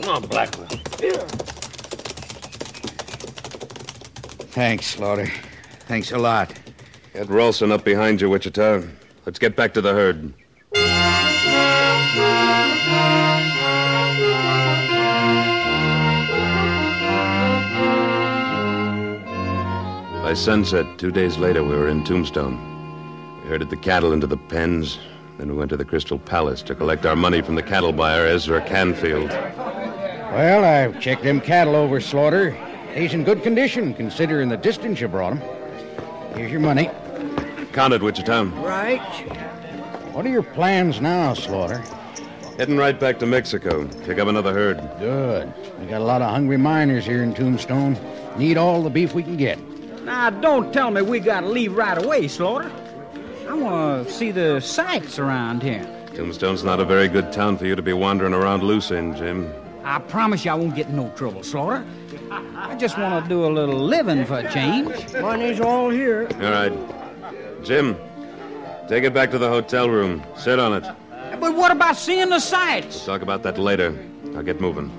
A: Come on, Blackwell.
U: Thanks, Slaughter. Thanks a lot.
R: Get Ralston up behind you, Wichita. Let's get back to the herd. By sunset, two days later, we were in Tombstone. We herded the cattle into the pens. Then we went to the Crystal Palace to collect our money from the cattle buyer, Ezra Canfield.
V: Well, I've checked them cattle over, Slaughter. They's in good condition, considering the distance you brought 'em. Here's your money.
R: Count it, Wichita.
V: Right. What are your plans now, Slaughter?
R: Heading right back to Mexico. Pick up another herd.
V: Good. We got a lot of hungry miners here in Tombstone. Need all the beef we can get.
Q: Now, don't tell me we gotta leave right away, Slaughter. I wanna see the sights around here.
R: Tombstone's not a very good town for you to be wandering around loose in, Jim.
Q: I promise you I won't get in no trouble, Slaughter. I just wanna do a little living for a change.
S: Money's all here.
R: All right. Jim, take it back to the hotel room. Sit on it.
Q: But what about seeing the sights?
R: We'll talk about that later. Now get moving.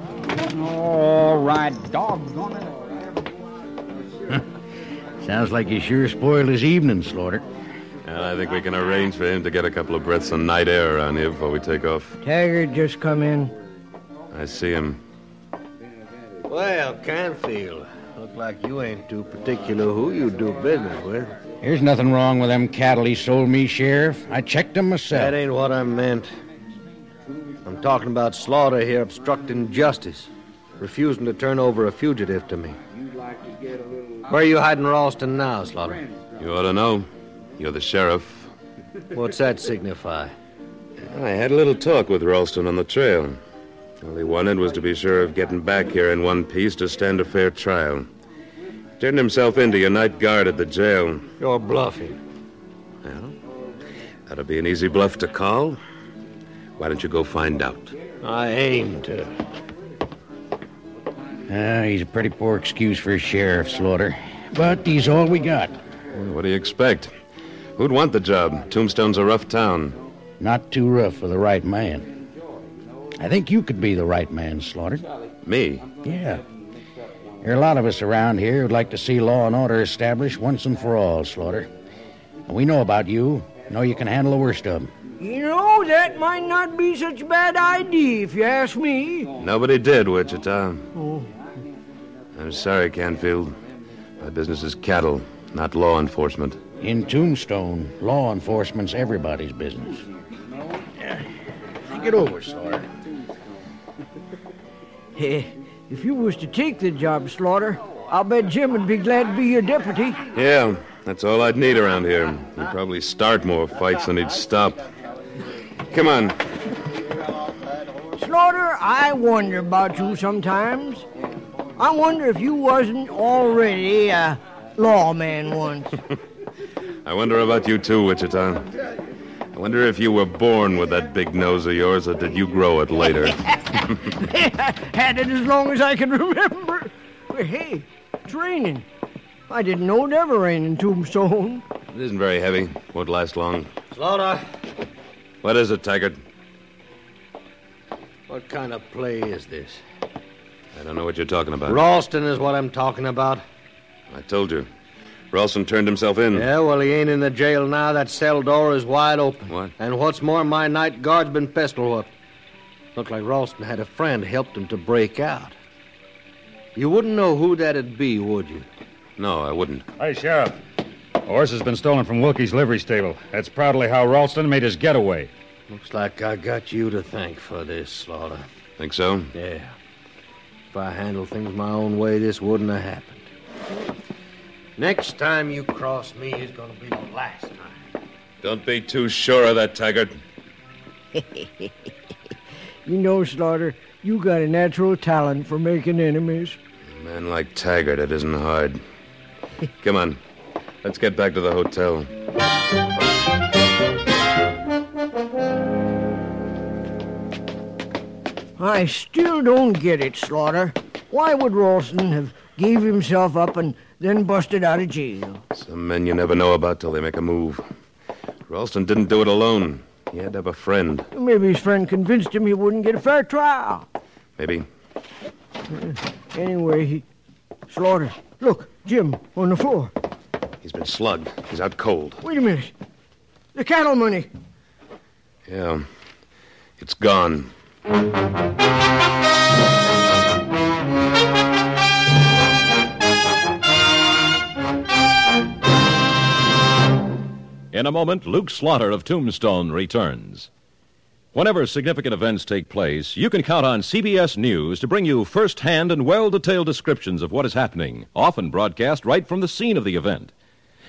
Q: All right, doggone it.
V: Sounds like you sure spoiled his evening, Slaughter.
R: And I think we can arrange for him to get a couple of breaths of night air around here before we take off.
S: Taggart just come in.
R: I see him.
A: Well, Canfield, look like you ain't too particular who you do business with.
V: There's nothing wrong with them cattle he sold me, Sheriff. I checked them myself.
A: That ain't what I meant. I'm talking about slaughter here, obstructing justice, refusing to turn over a fugitive to me. Where are you hiding Ralston now, Slaughter?
R: You ought to know. You're the sheriff.
A: What's that signify?
R: I had a little talk with Ralston on the trail. All he wanted was to be sure of getting back here in one piece to stand a fair trial. Turned himself into your night guard at the jail.
A: You're bluffing.
R: Well, that'll be an easy bluff to call. Why don't you go find out?
A: I aim to.
V: Ah, he's a pretty poor excuse for a sheriff, Slaughter. But he's all we got.
R: What do you expect? Who'd want the job? Tombstone's a rough town.
V: Not too rough for the right man. I think you could be the right man, Slaughter.
R: Me?
V: Yeah. There are a lot of us around here who'd like to see law and order established once and for all, Slaughter. And we know about you. Know you can handle the worst of 'em.
S: You know, know, that might not be such a bad idea if you ask me.
R: Nobody did, Wichita.
S: Oh,
R: I'm sorry, Canfield. My business is cattle, not law enforcement.
V: In Tombstone, law enforcement's everybody's business. Get over, Slaughter.
S: eh, if you was to take the job, Slaughter, I'll bet Jim would be glad to be your deputy.
R: Yeah, that's all I'd need around here. He'd probably start more fights than he'd stop. Come on.
S: Slaughter, I wonder about you sometimes. I wonder if you wasn't already a lawman once.
R: I wonder about you too, Wichita. I wonder if you were born with that big nose of yours or did you grow it later?
S: Had it as long as I can remember. But hey, it's raining. I didn't know it ever rained in Tombstone.
R: it isn't very heavy. Won't last long.
A: Slaughter,
R: What is it, Taggart?
A: what kind of play is this?
R: I don't know what you're talking about.
A: Ralston is what I'm talking about.
R: I told you. Ralston turned himself in.
A: Yeah, well, he ain't in the jail now. That cell door is wide open.
R: What?
A: And what's more, my night guard's been pistol whipped. Looked like Ralston had a friend helped him to break out. You wouldn't know who that'd be, would you?
R: No, I wouldn't.
U: Hey, Sheriff. A horse has been stolen from Wilkie's livery stable. That's proudly how Ralston made his getaway.
A: Looks like I got you to thank for this, Slaughter.
R: Think so?
A: Yeah. If I handled things my own way, this wouldn't have happened. Next time you cross me is going to be the last time.
R: Don't be too sure of that, Taggart.
S: you know, Slaughter, you got a natural talent for making enemies.
R: A man like Taggart, it isn't hard. Come on. Let's get back to the hotel.
S: I still don't get it, Slaughter. Why would Ralston have gave himself up and then busted out of jail?
R: Some men you never know about till they make a move. Ralston didn't do it alone. He had to have a friend,
S: Maybe his friend convinced him he wouldn't get a fair trial.
R: maybe.
S: Anyway, he... Slaughter, look, Jim, on the floor.
R: He's been slugged. He's out cold.
S: Wait a minute. The cattle money.
R: Yeah. It's gone.
P: In a moment, Luke Slaughter of Tombstone returns. Whenever significant events take place, you can count on CBS News to bring you first hand and well detailed descriptions of what is happening, often broadcast right from the scene of the event.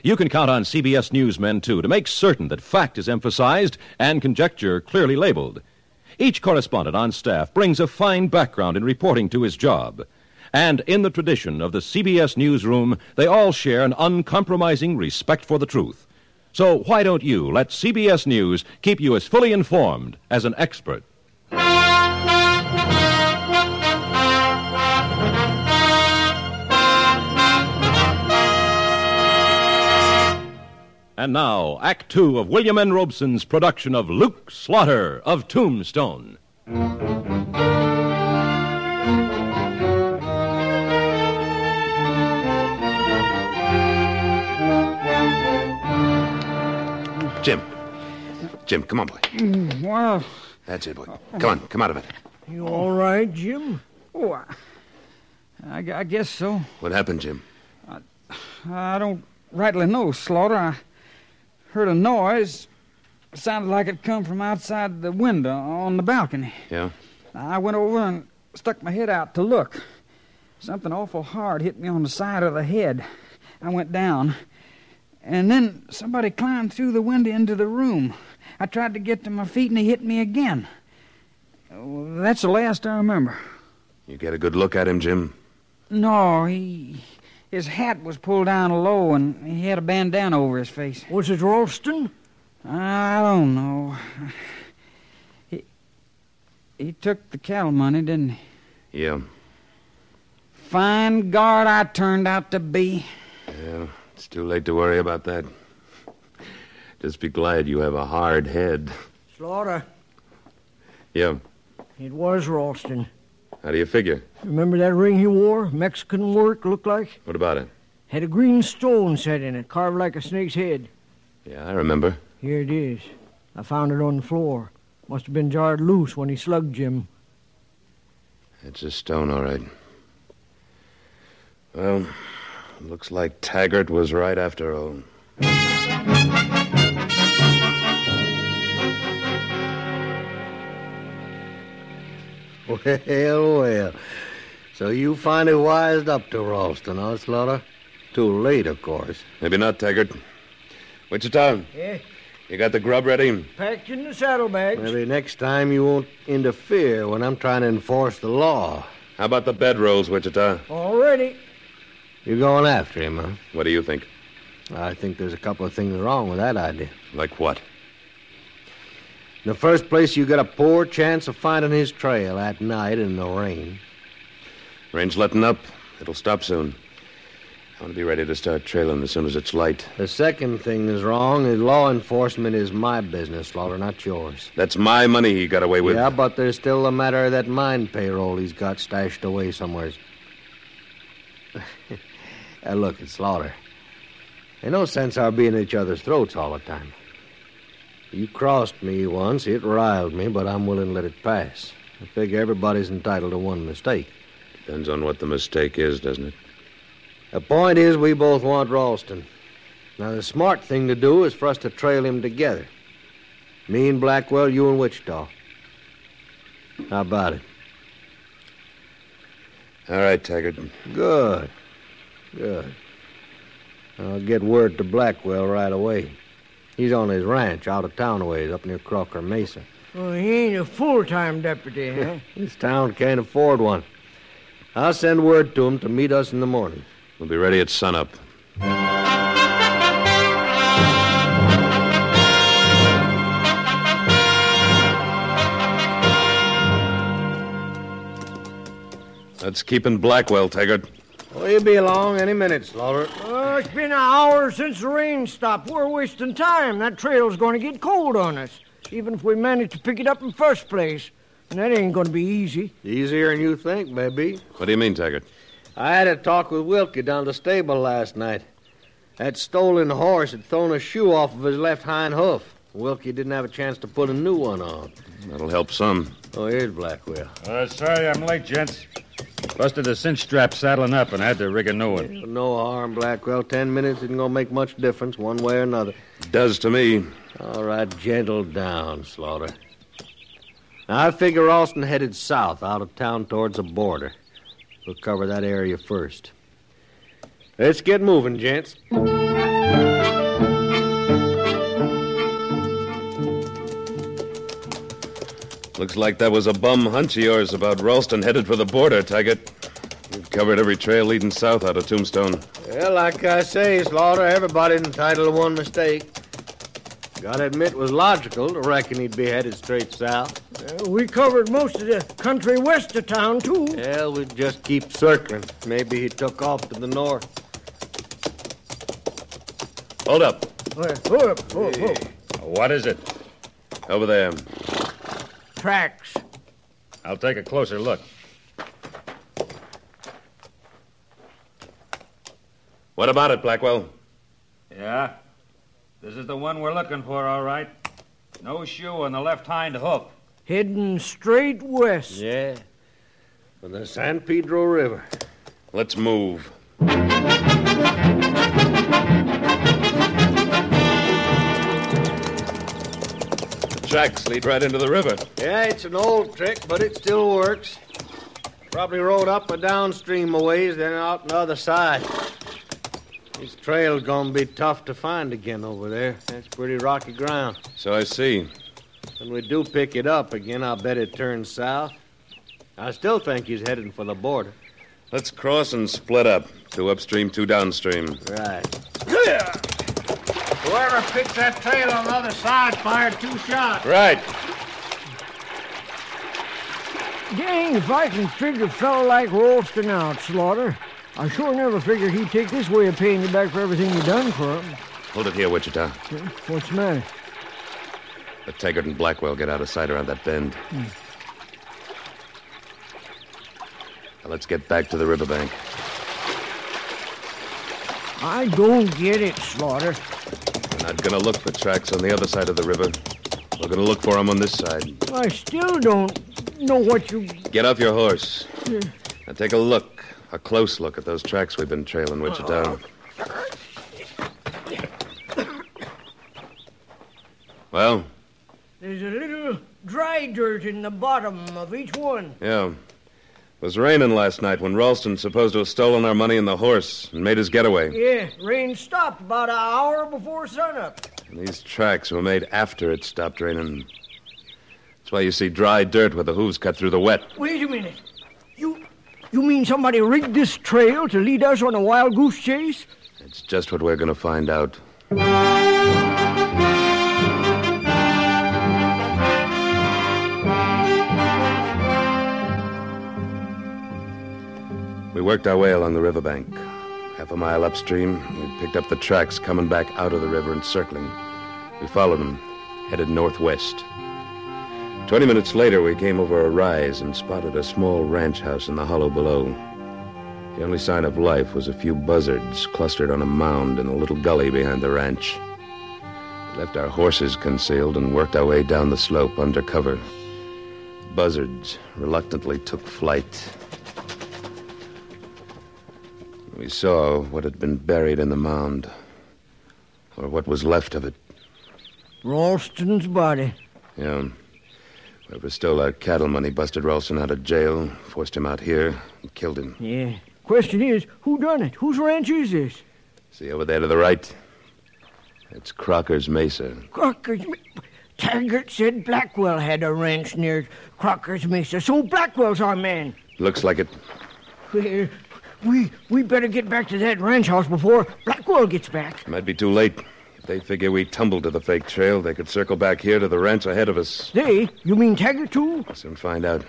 P: You can count on CBS newsmen, too, to make certain that fact is emphasized and conjecture clearly labeled. Each correspondent on staff brings a fine background in reporting to his job. And in the tradition of the CBS newsroom, they all share an uncompromising respect for the truth. So why don't you let CBS News keep you as fully informed as an expert? And now, Act Two of William N. Robeson's production of Luke Slaughter of Tombstone.
R: Jim. Jim, come on, boy.
S: Mm, Wow.
R: That's it, boy. Come on, come out of it.
S: You all right, Jim?
Q: Oh, I, I gu- I guess so.
R: What happened, Jim?
Q: I don't rightly know, Slaughter. I heard a noise. It sounded like it come from outside the window on the balcony.
R: Yeah?
Q: I went over and stuck my head out to look. Something awful hard hit me on the side of the head. I went down. And then somebody climbed through the window into the room. I tried to get to my feet and he hit me again. Oh, That's the last I remember.
R: You get a good look at him, Jim?
Q: No, he his hat was pulled down low and he had a bandana over his face.
S: Was it Ralston?
Q: I don't know. He he took the cattle money, didn't he?
R: Yeah.
Q: Fine guard I turned out to be.
R: Yeah, it's too late to worry about that. Just be glad you have a hard head.
S: Slaughter.
R: Yeah.
S: It was Ralston.
R: How do you figure?
S: Remember that ring he wore? Mexican work looked like?
R: What about it?
S: Had a green stone set in it, carved like a snake's head.
R: Yeah, I remember.
S: Here it is. I found it on the floor. Must have been jarred loose when he slugged Jim.
R: It's a stone, all right. Well, looks like Taggart was right after all.
A: Well, well. So you finally wised up to Ralston, huh, Slaughter? Too late, of course.
R: Maybe not, Taggart. Wichita,
S: Yeah,
R: you got the grub ready?
S: packed in the saddlebags.
A: Maybe next time you won't interfere when I'm trying to enforce the law.
R: How about the bedrolls, Wichita?
S: Already.
A: You're going after him, huh?
R: What do you think?
A: I think there's a couple of things wrong with that idea.
R: Like what?
A: In the first place, you got a poor chance of finding his trail at night in the rain.
R: Rain's letting up. It'll stop soon. I want to be ready to start trailing as soon as it's light.
A: The second thing is wrong is law enforcement is my business, Slaughter, not yours.
R: That's my money he got away with.
A: Yeah, but there's still the matter of that mine payroll he's got stashed away somewheres. now, Uh, look, it's Slaughter. Ain't no sense our being at each other's throats all the time. You crossed me once, it riled me, but I'm willing to let it pass. I figure everybody's entitled to one mistake.
R: Depends on what the mistake is, doesn't it?
A: The point is, we both want Ralston. Now, the smart thing to do is for us to trail him together. Me and Blackwell, you and Wichita. How about it?
R: All right, Taggart.
A: Good. Good. I'll get word to Blackwell right away. He's on his ranch out of town a ways up near Crocker Mesa.
S: Well, he ain't a full-time deputy, huh?
A: This town can't afford one. I'll send word to him to meet us in the morning.
R: We'll be ready at sunup. That's keeping Blackwell, Taggart.
A: Well, he'll be along any minute, Slaughter.
S: Oh, it's been an hour since the rain stopped. We're wasting time. That trail's going to get cold on us, even if we manage to pick it up in first place. And that ain't going to be easy.
A: Easier than you think, maybe.
R: What do you mean, Taggart?
A: I had a talk with Wilkie down at the stable last night. That stolen horse had thrown a shoe off of his left hind hoof. Wilkie didn't have a chance to put a new one on.
R: That'll help some.
A: Oh, here's Blackwell.
U: Uh, sorry I'm late, gents. Busted the cinch strap saddling up and had to rig a new one.
A: No harm, Blackwell. Ten minutes isn't going to make much difference one way or another.
R: Does to me.
A: All right, gentle down, Slaughter. Now, I figure Austin headed south, out of town towards the border. We'll cover that area first. Let's get moving, gents.
R: Looks like that was a bum hunch of yours about Ralston headed for the border, Taggart. You've covered every trail leading south out of Tombstone.
A: Well, like I say, Slaughter, everybody's entitled to one mistake. Gotta admit, it was logical to reckon he'd be headed straight south.
S: Uh, we covered most of the country west of town, too.
A: Well, we just keep circling. Maybe he took off to the north.
R: Hold up.
S: Uh, whoa, whoa, whoa.
U: What is it?
R: Over there.
S: Tracks.
U: I'll take a closer look.
R: What about it, Blackwell?
W: Yeah? This is the one we're looking for, all right. No shoe on the left hind hoof.
S: Heading straight west.
A: Yeah. From the San Pedro River.
R: Let's move. The tracks lead right into the river.
A: Yeah, it's an old trick, but it still works. Probably rode up or downstream a ways, then out on the other side. This trail's gonna be tough to find again over there. That's pretty rocky ground.
R: So I see.
A: When we do pick it up again, I'll bet it turns south. I still think he's heading for the border.
R: Let's cross and split up. Two upstream, two downstream.
A: Right.
X: Whoever picks that trail on the other side fired two shots.
R: Right.
S: Dang, if I can figure a fellow like Ralston out, Slaughter. I sure never figured he'd take this way of paying you back for everything you done for him.
R: Hold it here, Wichita.
S: What's the matter?
R: Let Taggart and Blackwell get out of sight around that bend.
S: Hmm.
R: Now let's get back to the riverbank.
S: I don't get it, Slaughter.
R: We're not going to look for tracks on the other side of the river. We're going to look for him on this side.
S: I still don't know what you.
R: Get off your horse. Now take a look, a close look at those tracks we've been trailing, Wichita. Well,
S: There's a little dry dirt in the bottom of each one.
R: yeah. It was raining last night when Ralston's supposed to have stolen our money and the horse and made his getaway.
S: Yeah, rain stopped about an hour before sunup.
R: And these tracks were made after it stopped raining. That's why you see dry dirt where the hooves cut through the wet.
S: Wait a minute. You you mean somebody rigged this trail to lead us on a wild goose chase?
R: It's just what we're going to find out. We worked our way along the riverbank. Half a mile upstream, we picked up the tracks coming back out of the river and circling. We followed them, headed northwest. Twenty minutes later, we came over a rise and spotted a small ranch house in the hollow below. The only sign of life was a few buzzards clustered on a mound in a little gully behind the ranch. We left our horses concealed and worked our way down the slope under cover. Buzzards reluctantly took flight. We saw what had been buried in the mound, or what was left of it.
S: Ralston's body.
R: Yeah. Whoever stole our cattle money busted Ralston out of jail, forced him out here, and killed him.
S: Yeah. Question is, who done it? Whose ranch is this?
R: See over there to the right? That's Crocker's Mesa.
S: Crocker's Mesa. Taggart said Blackwell had a ranch near Crocker's Mesa, so Blackwell's our man.
R: Looks like it.
S: Well, we we better get back to that ranch house before Blackwell gets back.
R: Might be too late. If they figure we tumbled to the fake trail, they could circle back here to the ranch ahead of us.
S: They? You mean Taggart too?
R: We'll soon find out.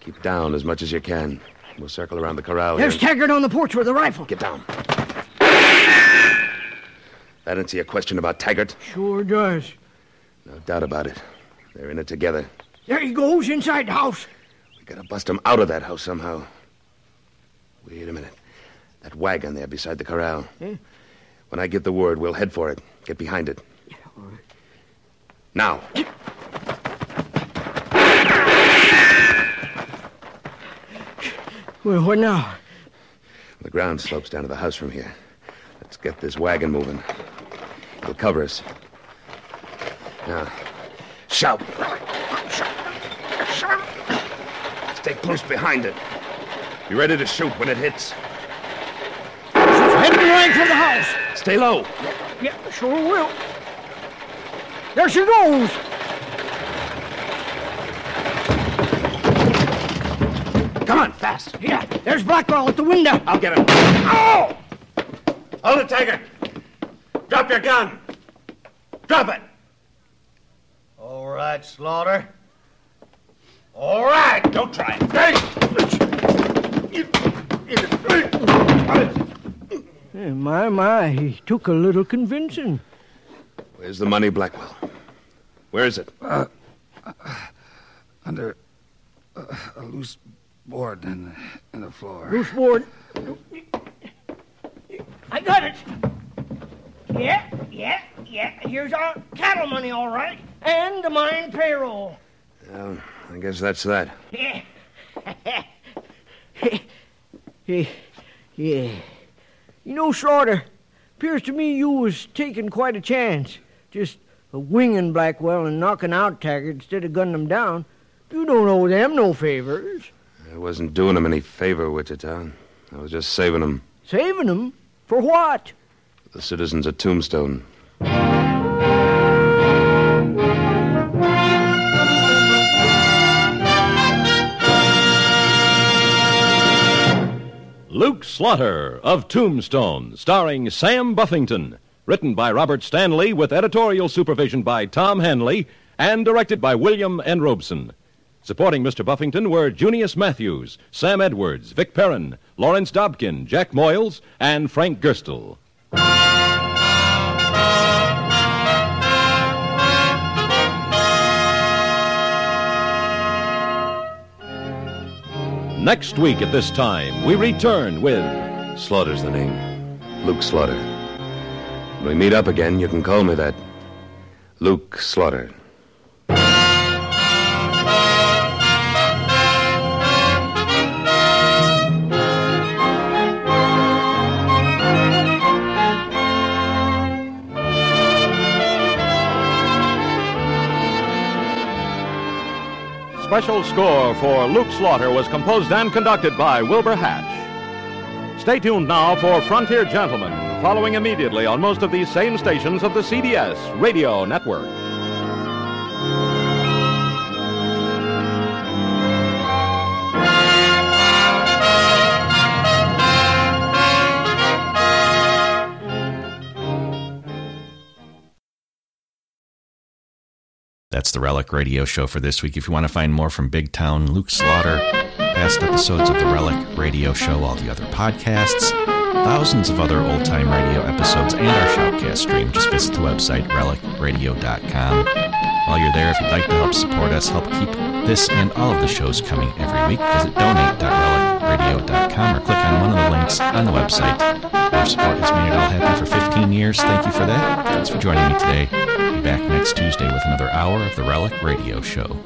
R: Keep down as much as you can. We'll circle around the corral
S: There's
R: here.
S: Taggart on the porch with a rifle.
R: Oh, Get down. That answer your question about Taggart?
S: Sure does.
R: No doubt about it. They're in it together.
S: There he goes inside the house.
R: Gotta bust 'em out of that house somehow. Wait a minute. That wagon there beside the corral.
S: Hmm?
R: When I give the word, we'll head for it. Get behind it. Now.
S: Well, what now?
R: The ground slopes down to the house from here. Let's get this wagon moving. It'll cover us. Now, shout. Stay close behind it. Be ready to shoot when it hits.
S: Heading right for the house.
R: Stay low.
S: Yeah, sure will. There she goes.
R: Come on, fast.
S: Yeah, there's Blackwell at the window.
R: I'll get him.
S: Oh!
R: Hold it, Tiger. Drop your gun. Drop it.
A: All right, Slaughter. All right, don't try it. Hey!
S: Eh, my, my, he took a little convincing.
R: Where's the money, Blackwell? Where is it?
B: under uh, a loose board in the, in the floor.
S: Loose board. I got it. Yeah, yeah, yeah. Here's our cattle money, all right, and the mine payroll.
R: Well, I guess that's that.
S: Yeah. yeah. You know, Slaughter, appears to me you was taking quite a chance. Just a winging Blackwell and knocking out Taggart instead of gunning him down. You don't owe them no favors.
R: I wasn't doing him any favor, Wichita. I was just saving him.
S: Saving them? For what?
R: The citizens of Tombstone.
P: Luke Slaughter of Tombstone, starring Sam Buffington. Written by Robert Stanley with editorial supervision by Tom Hanley and directed by William N. Robeson. Supporting Mr. Buffington were Junius Matthews, Sam Edwards, Vic Perrin, Lawrence Dobkin, Jack Moyles, and Frank Gerstel. Next week at this time, we return with
R: Slaughter's the name. Luke Slaughter. When we meet up again, you can call me that. Luke Slaughter.
P: special score for Luke Slaughter was composed and conducted by Wilbur Hatch. Stay tuned now for Frontier Gentlemen, following immediately on most of these same stations of the CBS Radio Network.
B: That's the Relic Radio Show for this week. If you want to find more from Big Town, Luke Slaughter, past episodes of the Relic Radio Show, all the other podcasts, thousands of other old time radio episodes, and our shoutcast stream, just visit the website relicradio.com. While you're there, if you'd like to help support us, help keep this and all of the shows coming every week, visit donate.relicradio.com or click on one of the links on the website. Your support has made it all happen for 15 years. Thank you for that. Thanks for joining me today. Be back next Tuesday with another hour of the Relic Radio Show.